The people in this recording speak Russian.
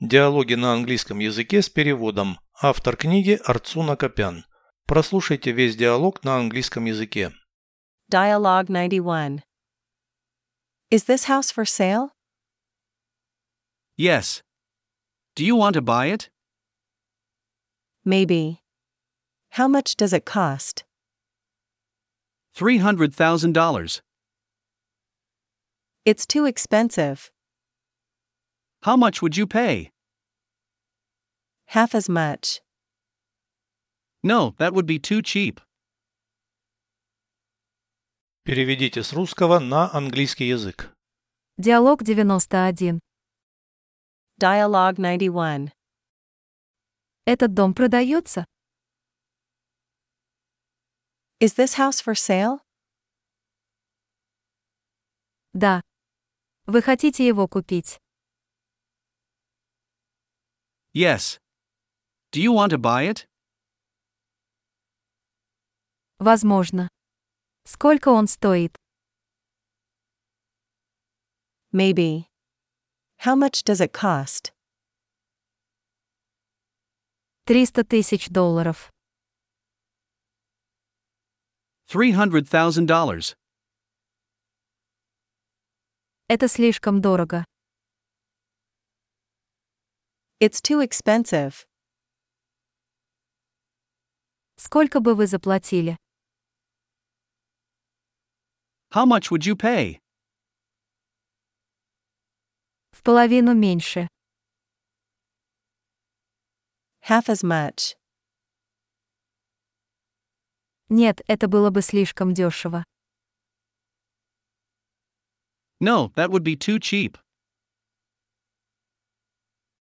Диалоги на английском языке с переводом. Автор книги Арцуна Копян. Прослушайте весь диалог на английском языке. Dialogue 91. Is this house for sale? Yes. Do you want to buy it? Maybe. How much does it cost? $300,000. It's too expensive. How much would you pay? Half as much. No, that would be too cheap. Переведите с русского на английский язык. Диалог 91. Dialogue 91. Этот дом продается? Is this house for sale? Да. Вы хотите его купить? Yes. Do you want to buy it? Возможно. Сколько он стоит? Maybe. How much does it cost? 300 тысяч долларов. $300,000. Это слишком дорого. It's too expensive. Сколько бы вы заплатили? How much would you pay? В половину меньше. Half as much. Нет, это было бы слишком дешево. No, that would be too cheap.